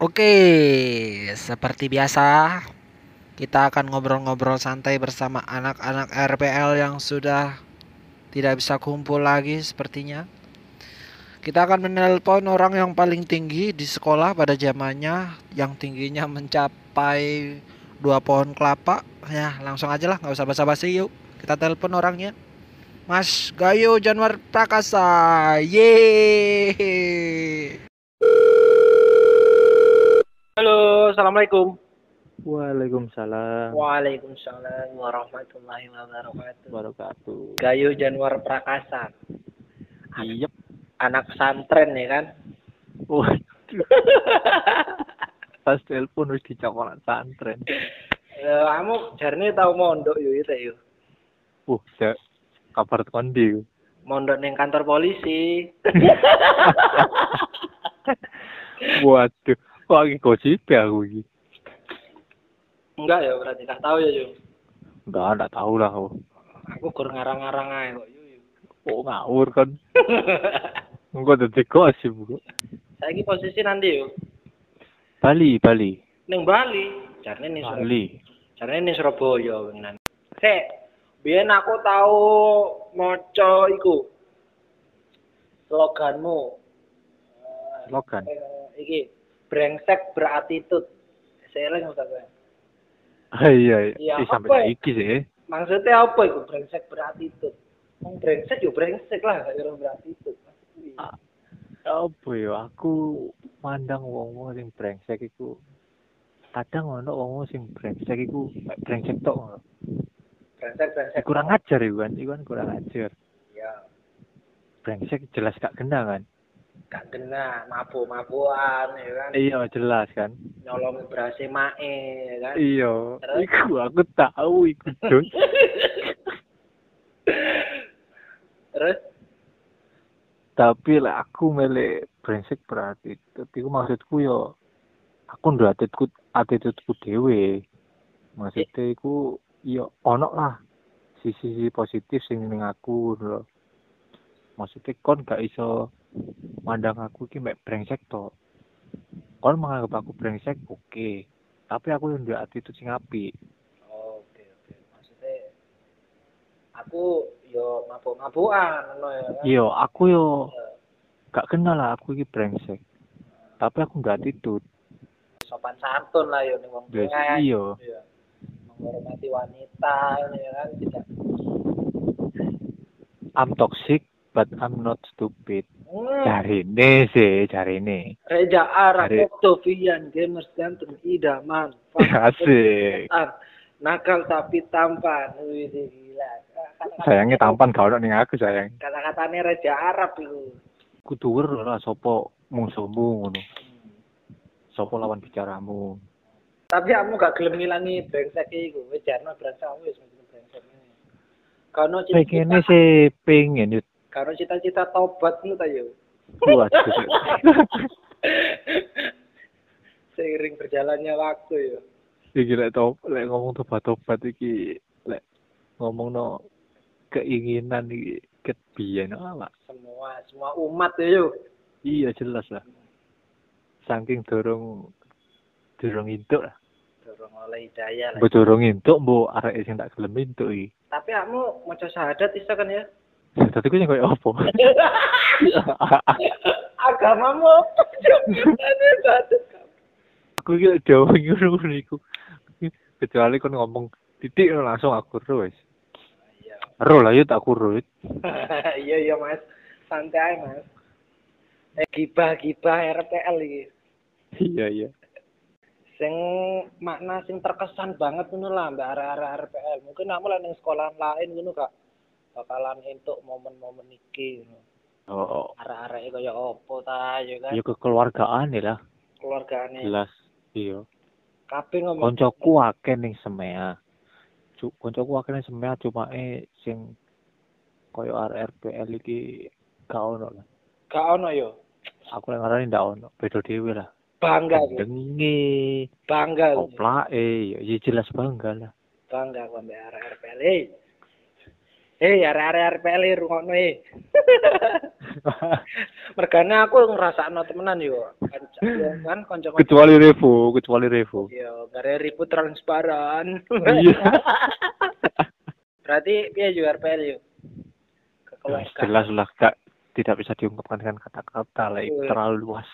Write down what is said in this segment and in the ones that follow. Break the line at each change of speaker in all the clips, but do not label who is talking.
Oke, seperti biasa kita akan ngobrol-ngobrol santai bersama anak-anak RPL yang sudah tidak bisa kumpul lagi sepertinya. Kita akan menelpon orang yang paling tinggi di sekolah pada zamannya yang tingginya mencapai dua pohon kelapa. Ya, langsung aja lah, nggak usah basa-basi yuk. Kita telepon orangnya. Mas Gayo Januar Prakasa. Yeay. Halo, Assalamualaikum.
Waalaikumsalam
Waalaikumsalam warahmatullahi wabarakatuh.
wabarakatuh.
Gayo Januar Prakasa.
Iya.
Anak santren ya kan?
Waduh. Pas telepon wis dicokolat santren.
Eh, Kamu jarne tau mondok yo itu yo.
Uh, cek kabar kondi.
Mondok neng kantor polisi.
Waduh, kok lagi gosip ya aku iki.
Enggak ya berarti gak tahu ya yo.
Enggak, enggak tahu lah aku.
Aku kur ngarang-ngarang ae kok yo. yo.
Kok ngawur kan. Enggak dadi gosip kok.
Saiki posisi nanti yo
Bali, Bali.
ning Bali. Jarne ning Surabaya.
Bali.
Jarne ning Surabaya beneran. Sek, biyen aku tau maca iku. Sloganmu
Logan.
Eh, iki brengsek berattitude seling maksudnya
Ah,
Iya,
iya, iya.
apa
Ih,
ya?
sampai iki sih.
maksudnya apa itu brengsek berattitude Wong brengsek yo brengsek lah gak kira berattitude
Ah. Apa ya aku mandang wong-wong sing brengsek iku. Kadang ono wong-wong sing brengsek iku mek brengsek tok ngono. Eh,
brengsek brengsek
kurang ajar iku kan, iku kan kurang ajar.
ya
Brengsek jelas gak kena kan?
gak kena mabuk mabuan ya kan
Iya, jelas kan.
nyolong berase mae ya kan
Iya,
Terus?
iku aku tahu iku dong.
terus
Tapi lah aku milih brengsek berarti. Tapi iku maksudku yo aku nduwe attitude attitudeku dhewe. Maksudnya iku yo ono lah sisi-sisi positif sing ning aku ngono lho. Maksudnya kon gak iso mandang aku iki mek brengsek to. Kon menganggap aku brengsek oke. Tapi aku nduwe attitude sing apik.
oke oke maksudnya aku yo mabuk mabuan no ya kan
Iya, aku yo gak kenal lah aku iki brengsek. Tapi aku gak attitude.
sopan santun lah yo ning wong
Biasa
tengah.
iya.
Iya. menghormati wanita ya kan tidak
I'm toxic but I'm not stupid.
hmm.
Cari ini sih, cari ini.
Reja Arab
Dari-
Octavian gamers ganteng idaman
Asik.
Fakir, nakal tapi tampan wih gila Kata-kata-
Sayangnya tampan gak ono ning aku sayang.
kata-katanya Reja Arab itu
Kudu weruh lah sopo mungsuhmu ngono. Sopo lawan bicaramu.
tapi kamu gak gelem ngilangi brengsek iku wis jarno brengsek kamu wis mesti brengsek Kano
Pengennya
cita-cita,
sih pengen yuk.
kano cita-cita tobat lu tayo.
Waduh.
Seiring berjalannya waktu ya.
Iki lek top, lek ngomong tobat-tobat iki lek ngomong no keinginan iki ketbiyen ala.
semua semua umat ya yuk
Iya jelas lah. Saking dorong dorong intuk lah.
dorong oleh hidayah lah
Mbok dorong intuk mbok arek sing tak gelem intuk iki.
tapi kamu mau syahadat iso kan ya
Dadi ku sing koyo opo?
agamamu gimana syahadat kamu?
aku iki lek diomongi ngono iku. Kecuali kon ngomong titik ngono langsung aku ro wis.
iya
Ro lah yo tak kurut.
iya iya mas santai aja mas eh gibah gibah RPL iki
Iya iya.
sing makna sing terkesan banget ngono lah mbak arah-arah RPL mungkin kamu lah ning sekolah lain ngono kak bakalan entuk momen-momen iki ngono.
Oh,
arah-arahnya kaya opo ta ya kan
yo kekeluargaan ya lah
keluargane
jelas. Iya.
kabeh ngomong
Koncoku akeh ning Semea. Cu- Koncoku akeh ning Semea cuma eh sing koyo RRPL iki gak ono lah.
gak ono ya? yo
Aku lek ngarani ndak ono, beda dhewe lah.
bangga gue
Gendenge,
bangga gue
oplake, ya ya jelas bangga lah.
Eh, bangga gue ambil arah RPL hei hei arah arah RPL eh, rungokno hei Mergane aku ngrasakno temenan yo. Kan yo kan kanca-kanca
kecuali Revo, kecuali Revo.
yo gara ribut transparan.
Iya.
Berarti piye yo RPL yo?
Ya,
Kekeluargaan.
jelas lah gak tidak bisa diungkapkan dengan kata-kata lah itu
Betul.
terlalu luas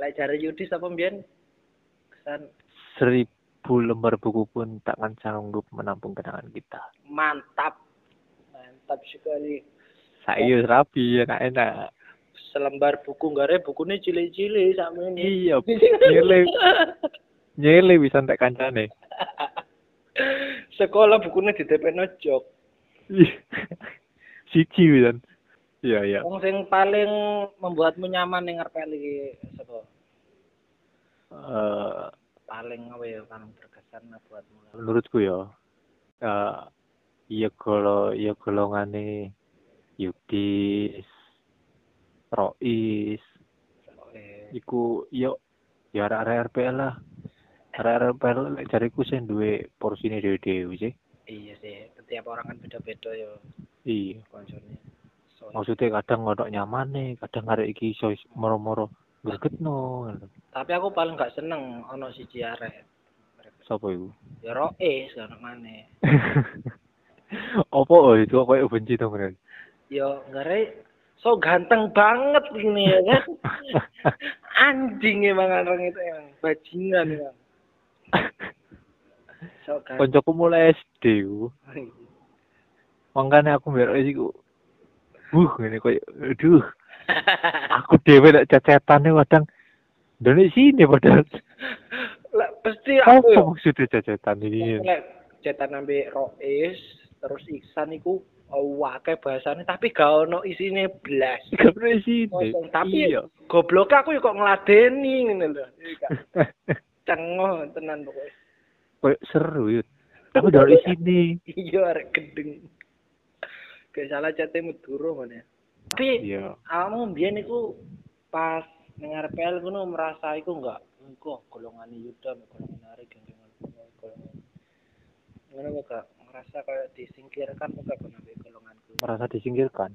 Lek jare Yudis apa mbiyen? Kesan
seribu lembar buku pun takkan sanggup menampung kenangan kita
mantap. Mantap sekali.
saya rapi ya, enak-enak
Selembar buku gara bukunya cilik-cilik sama ini.
iya nyele nyele bisa tak kancane
Sekolah bukunya di TP Jok.
Ih, siji kan iya iya
Wong sing paling membuatmu nyaman ning RPL iki sapa?
Eh,
Paling apa ya paling berkesan lah buatmu.
menurutku ya eh iya kalau iya golongane Yudis Rois
Soale
iku yo ya arek-arek RPL lah arek-arek RPL lek jariku sing duwe porsine dhewe-dhewe sih
iya sih, setiap orang kan beda-beda ya
iya
koncone. So,
maksudnya kadang ngodok nyamane kadang arek iki iso moro-moro gregetno ngono.
tapi aku paling gak seneng ono siji arek.
sapa iku
Ya roes kan maneh.
opo oh itu kok koyo benci to ngene
Yo ngare so ganteng banget ini ya kan. Anjing emang orang itu emang bajingan emang. So ganteng.
koncoku mulai SD ku mangkane aku mbek Rois iku uh ngene koyo aduh aku dhewe lek cacetane kadang dari sini padahal
Lah pasti Ya, aku
apa
yo.
maksudnya cacetan ini
Lek cetan ambek Rois terus Iksan iku oh, akeh bahasane tapi gak ono isine blas.
gak dari sini
Kosong, Iya. tapi
Iya.
goblok aku yo kok ngladeni ngene lho. Iya, Kak. Cengoh tenan pokoknya.
Koyo seru yut. Aku dari sini.
Iya arek gedeng. Gak salah cete Madura mana. ya. Tapi
Iya.
kamu mbiyen iku pas ning RPL kuno merasa iku enggak engko golongan Yuda, golongan Ari, golongan golongan. Ngono apa gak ngerasa kayak disingkirkan apa gak nambah golonganku.
Merasa disingkirkan?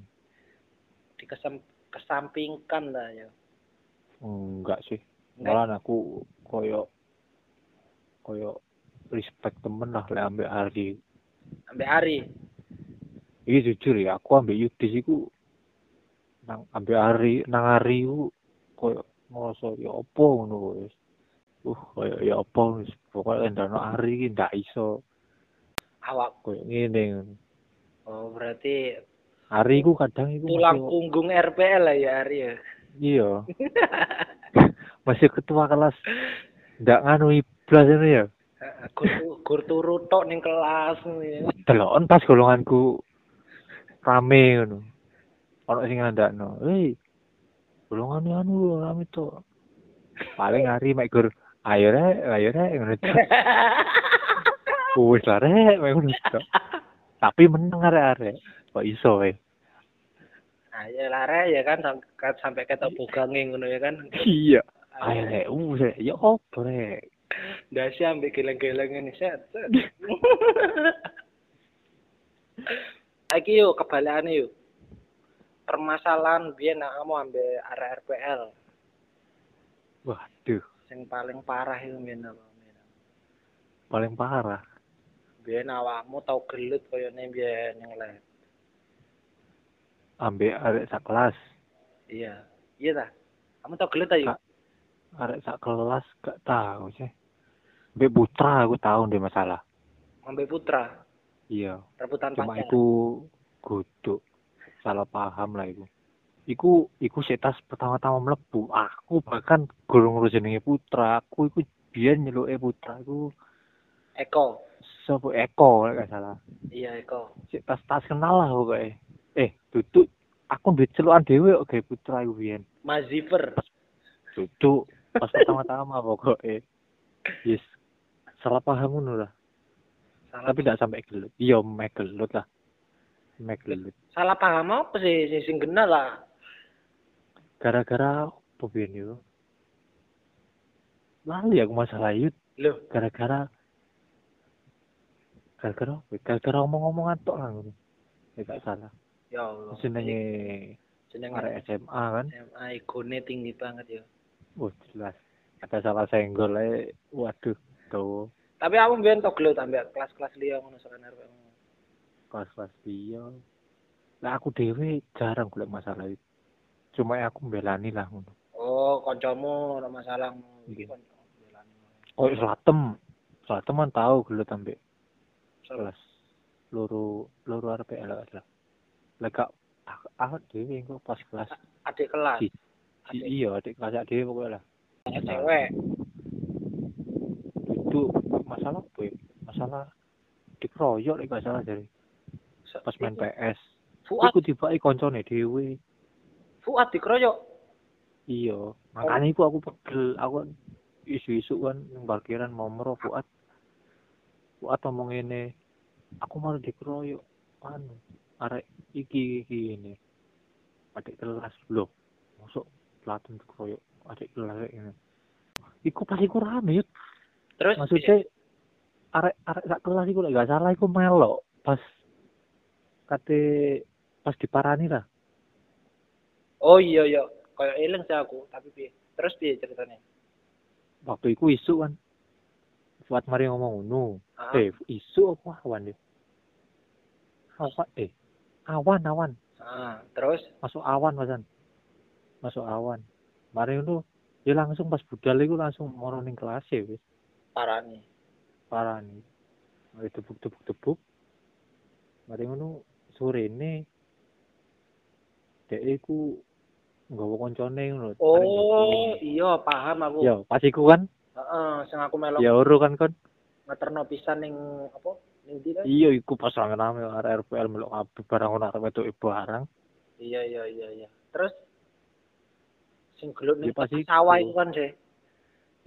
Dikesam kesampingkan lah ya.
Enggak sih.
Enggak.
Malahan aku koyo koyo respect temen lah lek ambek Ardi.
Ambek Ari.
Iki jujur ya, aku ambek Yudis iku nang ambek Ari, nang Ari ku koyo ngerasa ya apa ngono wis. Uh, koyo ya apa wis. Pokoke ndano Ari iki ndak iso
Awak.
koyo ngene. ngono.
Oh, berarti
Ari ku kadang iku masih-
tulang punggung RPL lah ya Ari ya.
Iya. Masih ketua kelas. Ndak nganu iblas ini ya.
Heeh, Gur tu- gur turu tok ning kelas ya. ngene.
Delon pas golonganku rame ngono. Ono sing ngandakno, "Hei, golongan anu lho, rame to." Paling hari mek gur ayo rek, ayo rek ngono to. Wis lah rek mek ngono to. Tapi meneng arek-arek. Kok iso we?
Nah, ya lare ya kan sam- ka- sampai ketok bogange ngono ya kan.
Iya. Ayo rek, uh rek, ya opo rek.
Ndasi ambek geleng-geleng ini set. set. Iki yo kebalane yo. Permasalahan biyen nak kamu ambek arek RPL
Waduh,
sing paling parah iku biyen apa? biyen?
paling parah.
Biyen awakmu tau gelut koyone biyen yang lain.
Ambek arek sak kelas.
Iya. Iya ta? Kamu tau gelut ta yo?
Kak. arek sak kelas gak tahu sih. Mbek Putra aku tahu deh masalah.
Ambek Putra
Iya,
rebutan
cuma
pacar.
itu godok salah paham lah iku. Iku iku setas pertama-tama mlebu. Aku bahkan gorong ngurus jenenge Putra. Aku iku biyen nyeluke Putra iku
Eko.
sapa Eko lek gak salah.
Iya Eko.
Setas tas kenal lah pokoke. Eh, duduk aku duwe celukan dhewe kok gawe Putra iku biyen.
Maziver.
Duduk pas pertama-tama pokoke. Yes. Salah paham ngono lah.
Salah,
tapi tidak sampai gelut iya mek gelut lah mek gelut
salah paham apa sih sing sing kena lah.
gara-gara apa biyen yo lali aku masalah itu
Loh,
gara-gara gara-gara apa? gara-gara omong-omongan tok lah ngono ya gak salah
ya Ya Allah.
jenenge
jenenge
arek SMA kan
SMA ikone tinggi banget ya.
wah jelas ada salah senggol ae waduh tuh
Tapi aku mbiyen tok gelo tambah kelas-kelas liya ngono sak arep.
kelas-kelas dia lah aku dewe jarang golek masalah itu cuma aku mbelani lah ngono
Oh, kancamu ora masalah.
Iya.
Kon- belani.
oh selatem selatem kan tahu golek tambe
Salah.
kelas loro loro arep elek lah lah gak aku- aku dewe engko pas kelas
Adik kelas.
Di- I-
Adik
iya adik kelas adik dewe pokoknya lah
cewek.
itu masalah apa ya? masalah dikeroyok lek gak salah dari pas main PS
Fuad,
iku tibake koncone dhewe
Fuad dikeroyok.
iya makanya iku aku pegel aku kan isu-isu kan yang parkiran mau merokok Fuad Fuad ngomong ini aku malah dikeroyok anu arek iki iki ini adik kelas loh masuk pelatun dikeroyok adik kelas kayak ini iku pas iku rame yuk
Terus
maksudnya arek arek sak kelas iku lek gak salah iku melok pas kate pas diparani lah
Oh iya iya, koyo eling sih aku, tapi piye? Terus piye ceritanya?
waktu iku isu kan Fuad mari ngomong ngono
Ah,
eh isu apa awan deh awan eh awan awan
ah, terus
masuk awan masan masuk awan mari ngono ya langsung pas budal iku langsung moro ning kelas e wis
parani.
parah nih mari tebuk tebuk tebuk mari ngono sore ini dek iku nggawa koncone ngono bareng
Oh,
jogging.
iya paham aku.
ya pas iku kan
Heeh, sing aku melok
ya oro kan kon
ngeterno pisan ning apa? Ning ndi kan?
iya iku pas rame rame arek RPL melok abu barang ono arek wedok e barang
Iya iya iya iya. Terus sing gelut ning
Ya, pas iku.
sawah iku kan sih.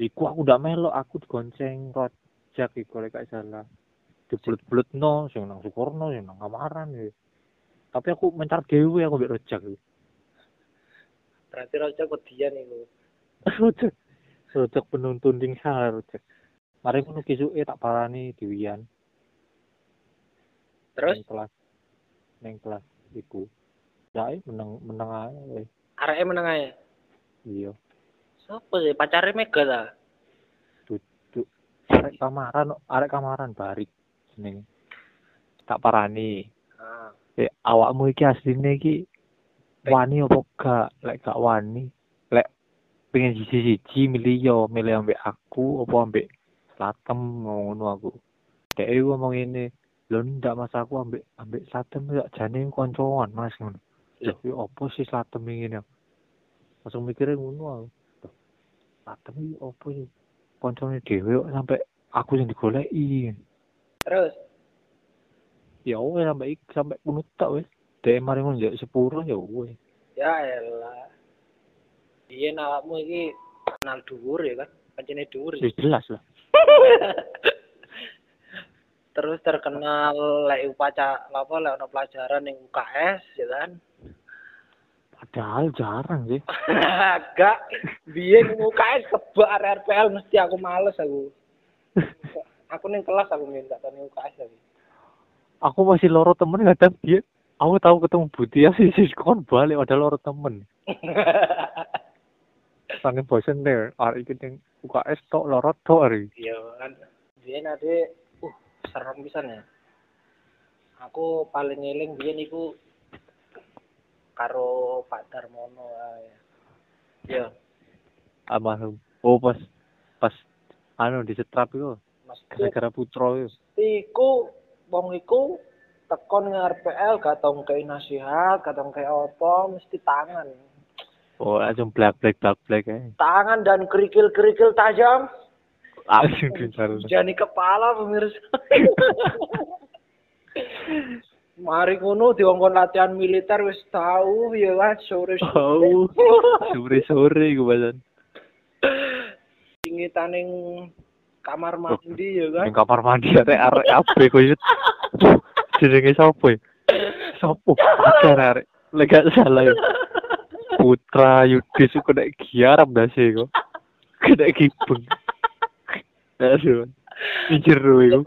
iku aku ndak melok aku digonceng rojak iku lek gak salah dibelut-belut no sing nang Sukorno sing nang Kamaran ya. tapi aku mencar dhewe aku mbek rojak ya. iki.
Berarti raja kodian iku.
Rujak. Rujak penuntun ding salah rujak. Mari ngono kisuke tak parani diwian
Terus
ning kelas. Ning kelas iku. Dae meneng meneng ae. eh,
areke meneng ae.
Iya.
Sopo sih pacare Mega ta?
Arek kamaran, arek kamaran barik jenenge. Tak parani.
Ah,
Eh awakmu iki asline iki wani apa gak? Lek gak wani, lek pengen siji-siji milih yo milih ambek aku apa ambek Slatem ngono aku. Dek iku ngomong ngene, lho ndak Mas aku ambek ambek Slatem sak jane koncoan Mas ngono. Lho yo opo sih Slatem iki ngene? Langsung mikire ngono aku. Loh, Slatem iki opo sih? Koncone dhewe kok sampe aku sing digoleki.
terus
ya wes sampai ik- sampai punut tak wes deh mari ngono jek sepuro ya wes
ya elah. Biyen awakmu iki kenal dhuwur ya kan? Pancene dhuwur. ya.
Wis jelas lah
terus terkenal lek upacara apa lek ono pelajaran ning UKS ya kan
padahal jarang sih
agak biyen ning UKS kebak RPL mesti aku males aku aku ning kelas aku minta kan ning UKS aku
aku masih loro temen kadang dia aku tahu ketemu Budi ya sih sih kon balik ada loro temen saking bosen deh hari ini yang UKS tok loro tok hari
iya kan biyen ade uh serem pisan ya aku paling eling biyen iku karo Pak Darmono ae. ya
almarhum oh pas pas anu disetrap itu
mesti
gara-gara putra itu
iku wong iku tekon nge RPL gak tau ngkei nasihat, gak tau ngkei apa, mesti tangan.
oh langsung black black black black eh
Tangan dan kerikil-kerikil tajam
langsung dijalan
jadi kepala pemirsa. Mari ngono diongkon latihan militer wis tahu ya kan sore
oh sore sore gue badan
singitan ning kamar mandi ya kan.
Ning kamar mandi arek arek ape koyo. Jenenge sapa? ya? Sapa? Pacar arek. Lek gak salah ya. Putra Yudis iku nek giarap dasi iku. Kena gibeng. Aduh. Pinjer iku.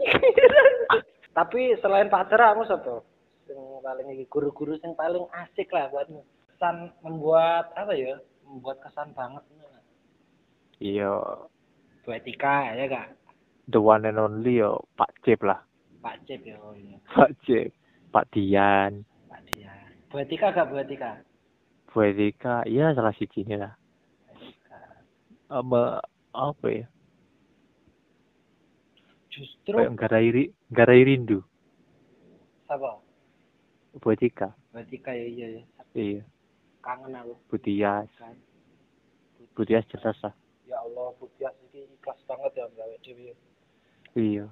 Tapi selain Pak Tera, aku sapa? Sing paling iki guru-guru sing paling asik lah buat kesan membuat apa ya? Membuat kesan banget
Iya,
Bu Etika ya kak
the one and only yo Pak Cep lah.
Pak Cep ya oh iya
Pak Cep, Pak Dian,
Pak Dia Bu Etika gak Bu Etika
Bu Erika, iya salah siji ini lah.
Etika.
Ama apa ya?
justru
Kayak nggarai ri- nggarai rindu
siapa
Bu Erika.
Bu Etika ya iya ya
Iya,
kangen aku
Bu Tias.
kan
Bu Tias jelas lah.
ya Allah Bu Tias iki ikhlas banget ya gawe dhewe
Iya.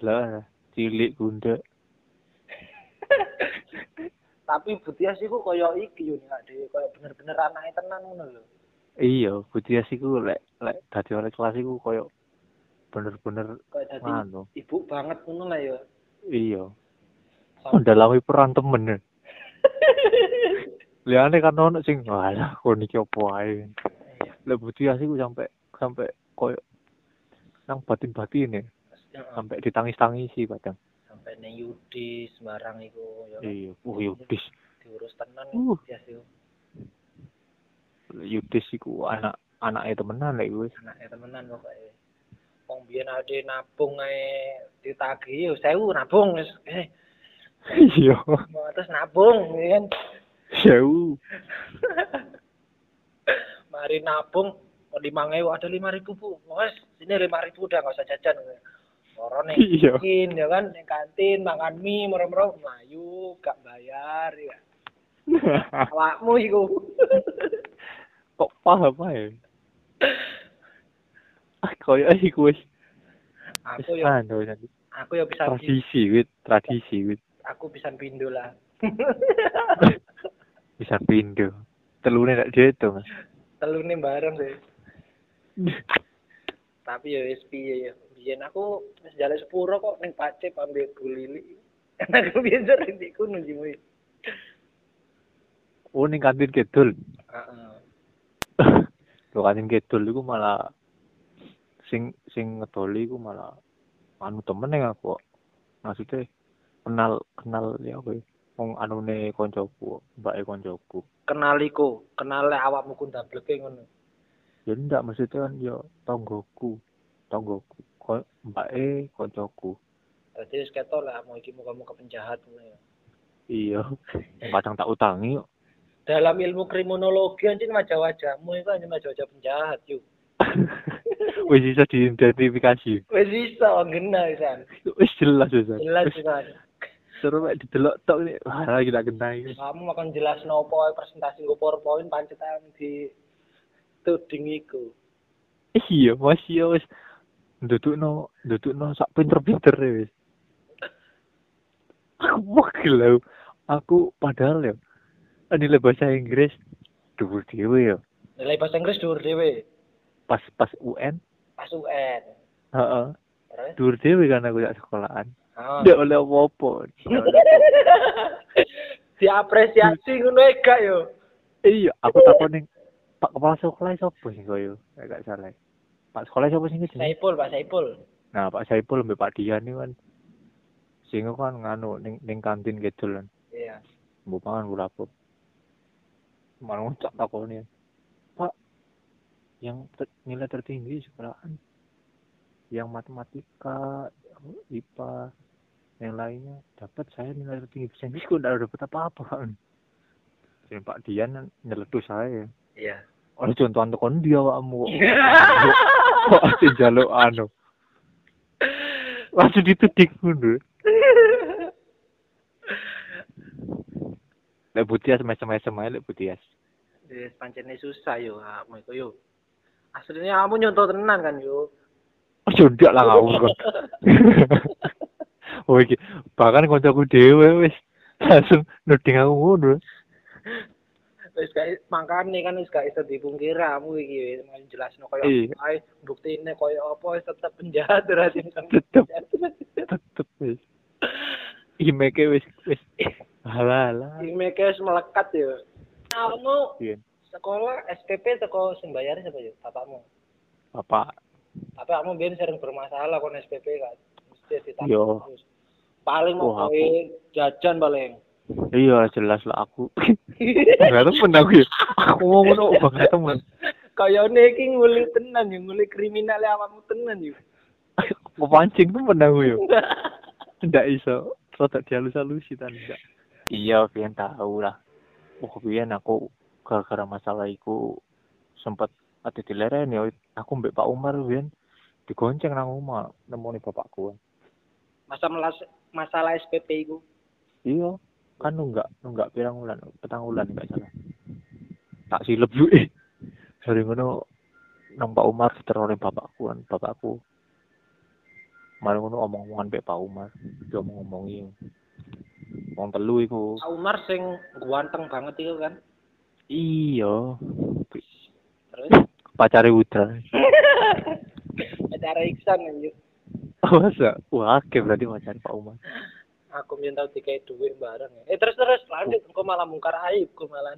Lah, cilik gundek.
tapi Bu Tias iku koyo iki yo nek dhewe koyo bener-bener anake tenan ngono lho
Iya, Bu Tias iku lek lek dadi oleh kelas iku koyo bener-bener
koyo dadi
anu.
ibu banget ngono lah yo
Iya,
Sam-
mendalami peran temen. Liane kan ono sing walah kon iki opo ae.
Iya.
Lek Bu Tias iku sampe sampe koyo nang batin-batin ya,
Ya,
sampe ditangis-tangisi kadang.
sampai neng Yudi sembarang iku ya
Iya, oh Yudis.
diurus tenan
Uh.
Bu Tias iku
Yudis iku anak anake temenan lek wis.
anake temenan pokoknya wong biyen ade nabung ae ditagi yo 1000 nabung wis eh
Iya.
mau terus nabung ya kan
Jauh.
mari nabung kok lima ngewu ada lima ribu bu wes sini lima ribu udah nggak usah jajan orang yang
Iya.
kantin ya kan yang kantin makan mie merem-merem melayu gak bayar ya awakmu iku
Kok paham ae? Ah, koyo iku wis
aku
wis
ya
anu nanti.
aku ya bisa
tradisi wit, tradisi wit.
aku bisa pindu lah
Bisa pindo. anu Telune nek diitung.
telu nih bareng sih tapi ya wis piye ya biyen aku wis jalan sepuro kok ning pacet ambil bulili aku biyen sering diku nunggu mui
Oh, ning kantin kidul.
Heeh.
Lho kantin kidul iku malah sing sing ngedoli iku malah anu temen yang aku. kok. Maksudnya kenal kenal ya kowe. Wong anune koncoku, mbake koncoku.
kenaliku kenale awakmu ku ndableke ngono
ya ndak maksudnya kan ya tonggoku tonggoku ko mbake koncoku
Berarti wis ketok lah mau iki muka muka penjahat ngono ya.
iya Yang kadang tak utangi kok.
Dalam ilmu kriminologi anjing wajah-wajahmu itu anjing wajah-wajah penjahat yuk.
wis bisa diidentifikasi
Wis bisa ngena isan.
wis jelas wis
Jelas isan.
seru mek didelok tok nih wah lagi tak kena iki
Kamu makan jelas nopo ae presentasi nggo PowerPoint pancetan di tuding iku.
iya masih ya wis ndudukno ndudukno sak pinter-pinter ya, wis aku wakil lho aku padahal ya nilai bahasa Inggris dhuwur dhewe ya
Nilai bahasa Inggris dhuwur dhewe.
pas pas UN
Pas UN.
heeh
Terus?
dhuwur dhewe kan aku tak sekolahan
Ah.
Nggak oleh apa-apa. Nggak oleh-
Diapresiasi ngono ae gak yo.
Iya, aku takon ning Pak Kepala Sekolah sapa sih koyo? Nek gak salah. Pak sekolah sapa sih jenenge?
Saipul, Pak Saipul.
Nah, Pak Saipul mbek Pak Dian iki kan sing iku kan nganu ning ning kantin kidul kan.
Iya.
Mbok pangan kula apa. Malah ngucap takoni. Pak yang ter- nilai tertinggi sekolahan yang matematika, IPA, yang lainnya dapat saya nilai tertinggi bahasa Inggris kok nggak dapat apa-apa kan. Sing Pak Dian nyeletus saya.
Iya.
Oleh contohan tekon dia awakmu kok. Kok ati njaluk anu. Langsung dituding ngono. Lek Butias macam-macam ae lek ya. Butias.
Wis pancene susah yo awakmu iku yo. Asline kamu nyontoh tenan kan yo.
Ojo ndak Oh, lah ngawur kon. Oh iki bahkan kancaku dhewe wis langsung nuding aku ngono.
Wis gak mangkane kan wis gak iso dipungkiri kamu iki wis mau jelasno koyo
Iya.
ae buktine koyo apa wis tetep penjahat ora sih
Tetep. Tetep wis. Imeke wis wis halala.
Imeke wis melekat yo. Kamu
Iya.
sekolah SPP teko sing bayar sapa yo? Bapakmu.
Bapak
Tapi kamu biyen sering bermasalah kon SPP kan. Mesti ditanggung
Yo.
terus. Paling mau
Wah,
kowe jajan paling.
iya jelas lah aku nggak temen aku ya aku mau ngono banget temen
Kayane iki nguli tenan yo, nguli kriminal e awakmu tenan yo.
mau pancing temen aku ya ndak iso rada dihalus-halusi ta ndak iya pian tahu lah oh pian aku gara-gara masalah iku sempat ati dilereni ya aku mbek Pak Umar pian digonceng nang omah nemoni bapakku
Masa melas- masalah SPP iku.
iya kan nunggak nunggak pirang wulan petang wulan nggak salah tak silep yuk eh hari ngono nang Pak Umar diteror oleh bapakku kan bapakku mari ngono omong-omongan mbek Pak Umar diomong-omongi wong telu iku
Pak Umar sing ganteng banget iku kan.
iya
Terus
pacare Udra
acara Iksan anjir.
masa wah oke berarti pacar Pak Umar
Aku mien tau dikai duit bareng ya. Eh terus terus lanjut engko malah mungkar aib ku malah.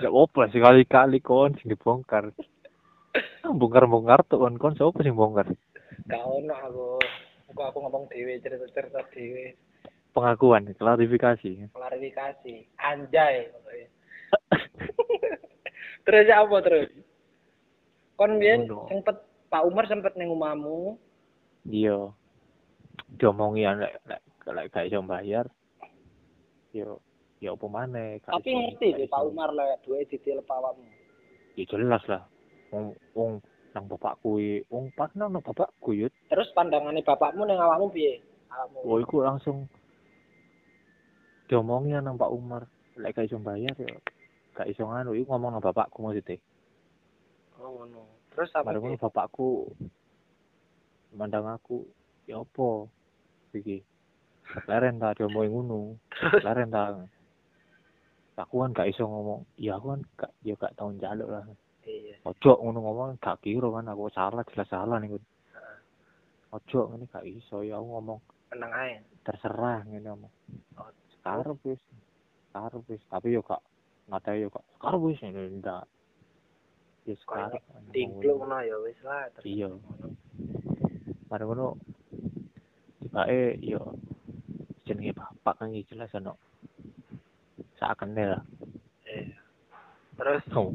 Gak apa sekali-kali kon sing dibongkar. Ah, Bongkar-bongkar tuh kon kon siapa sing bongkar?
Gak ono aku. Aku aku ngomong dhewe cerita-cerita dhewe.
Pengakuan, klarifikasi.
Klarifikasi. Anjay pokoknya. terus apa terus? Kon mien
Ngono.
sempet Pak Umar sempet ning omahmu.
Iya. Diomongi ya lek lek lek gak iso bayar. Yo yo apa maneh. gak
Tapi
iso-
ngerti
gak
deh
iso.
Pak Umar lah duit ditilu awakmu.
Ya jelas lah. Wong wong nang bapakku i- wong pas nang nang bapakku yo.
Terus pandangannya bapakmu ning awakmu piye? Awakmu.
Oh iku langsung diomongi nang Pak Umar. Lek gak iso bayar yo gak iso nganu iku ngomong nang bapakku maksudnya.
Oh ngono. Terus apa?
Marung
Piye?
bapakku mandang aku, ya apa? Iki. Leren ta diomongin ngono. Leren ta. Aku kan gak iso ngomong. Ya aku kan gak ya gak tau njaluk lah.
Iya.
Ojo ngono ngomong gak kira kan aku salah jelas salah nih. Kun. Ojo ngene gak iso ya aku ngomong
Menang ae.
terserah ngene ngomong.
Oh,
Karep wis. Karep wis, tapi yo gak ngatai yo gak. Karep wis ngene ndak. Ya
Kalau
sekarang
Tigluk ngono ya wis lah. Terus
Iya.
ngono.
mari ngono tibake yo jenenge bapak kan iki jelas ono sakene lah
Iya. Terus
oh.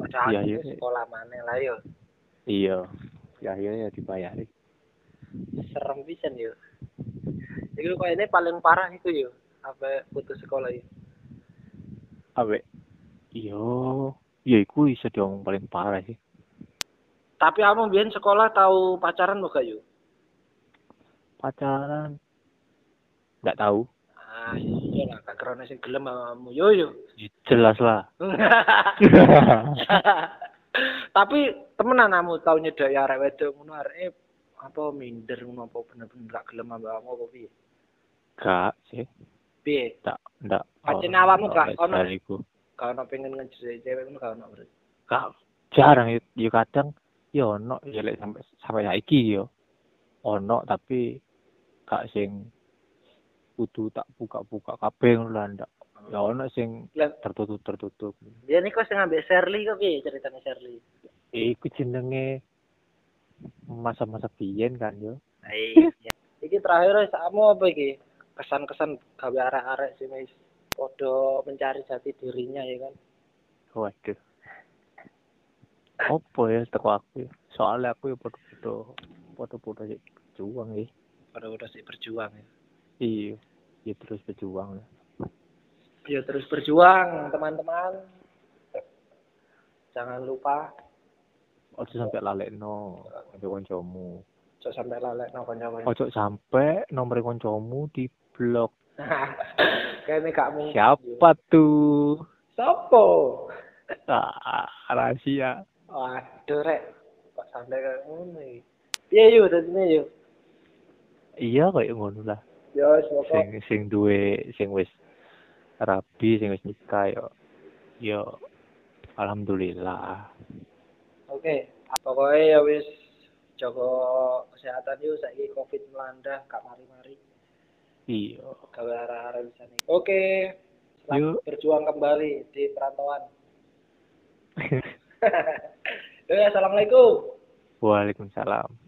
padahal
Iya,
itu
iya.
sekolah mana lah yo.
iya ya akhirnya ya dibayari
Serem pisan yo. Iku kok ini paling parah itu yo. Apa putus sekolah yo.
awe iya ya iku iso diomong paling parah sih
Tapi kamu biyen sekolah tahu pacaran mau gak yo?
pacaran nggak tahu
Ah, iya lah, gak kerana sing gelem sama kamu. Yo yo.
jelas lah
Tapi temenan kamu tau nyedai arek wedok ngono arek eh, apa minder ngono apa bener-bener gak gelem sama kamu apa piye?
gak sih
Piye?
ndak ndak
Pancen awakmu gak ono.
ono iku
Gak ono pengen ngejerai cewek ngono gak ono berarti.
gak jarang yo- yo kadang yo ono yo lek sampai sampai saiki yo ono tapi gak sing kudu tak buka-buka kabeh ngono lah ndak ya ono sing
Lah.
tertutup tertutup
Biyen iku sing ambek Shirley kok piye ceritane Shirley?
Eh, iku jenenge masa-masa biyen kan yo
Iya. Iki terakhir sakmu apa iki? Kesan-kesan gawe arek-arek sing wis padha mencari jati dirinya ya kan.
waduh opo ya teko aku ya? soalnya aku yo podo-podo podo-podo sik berjuang ya
Padha-padha sih berjuang ya.
iya ya terus berjuang lah
Ya terus berjuang teman-teman. Jangan lupa
ojo sampai lalekno sampai kancamu
Cok sampai lalek no kanca-kanca.
ojo sampai nomor koncomu di blok
Kayaknya gak mungkin.
Oh. siapa tuh
Sopo?
ah, rahasia
Waduh rek, kok sampai kayak ngono iki. Iya yuk, dadine yuk.
iya kayak ngono lah
Ya semoga
sing sing duwe sing wis rabi sing wis nikah yo yo alhamdulillah
oke. Pokoknya ya wis jaga kesehatan yuk saiki Covid melanda gak mari-mari
iya
gawe arah-arah bisa nih. Oke. Selamat
Yuk.
berjuang kembali di perantauan. Ya, Assalamualaikum.
waalaikumsalam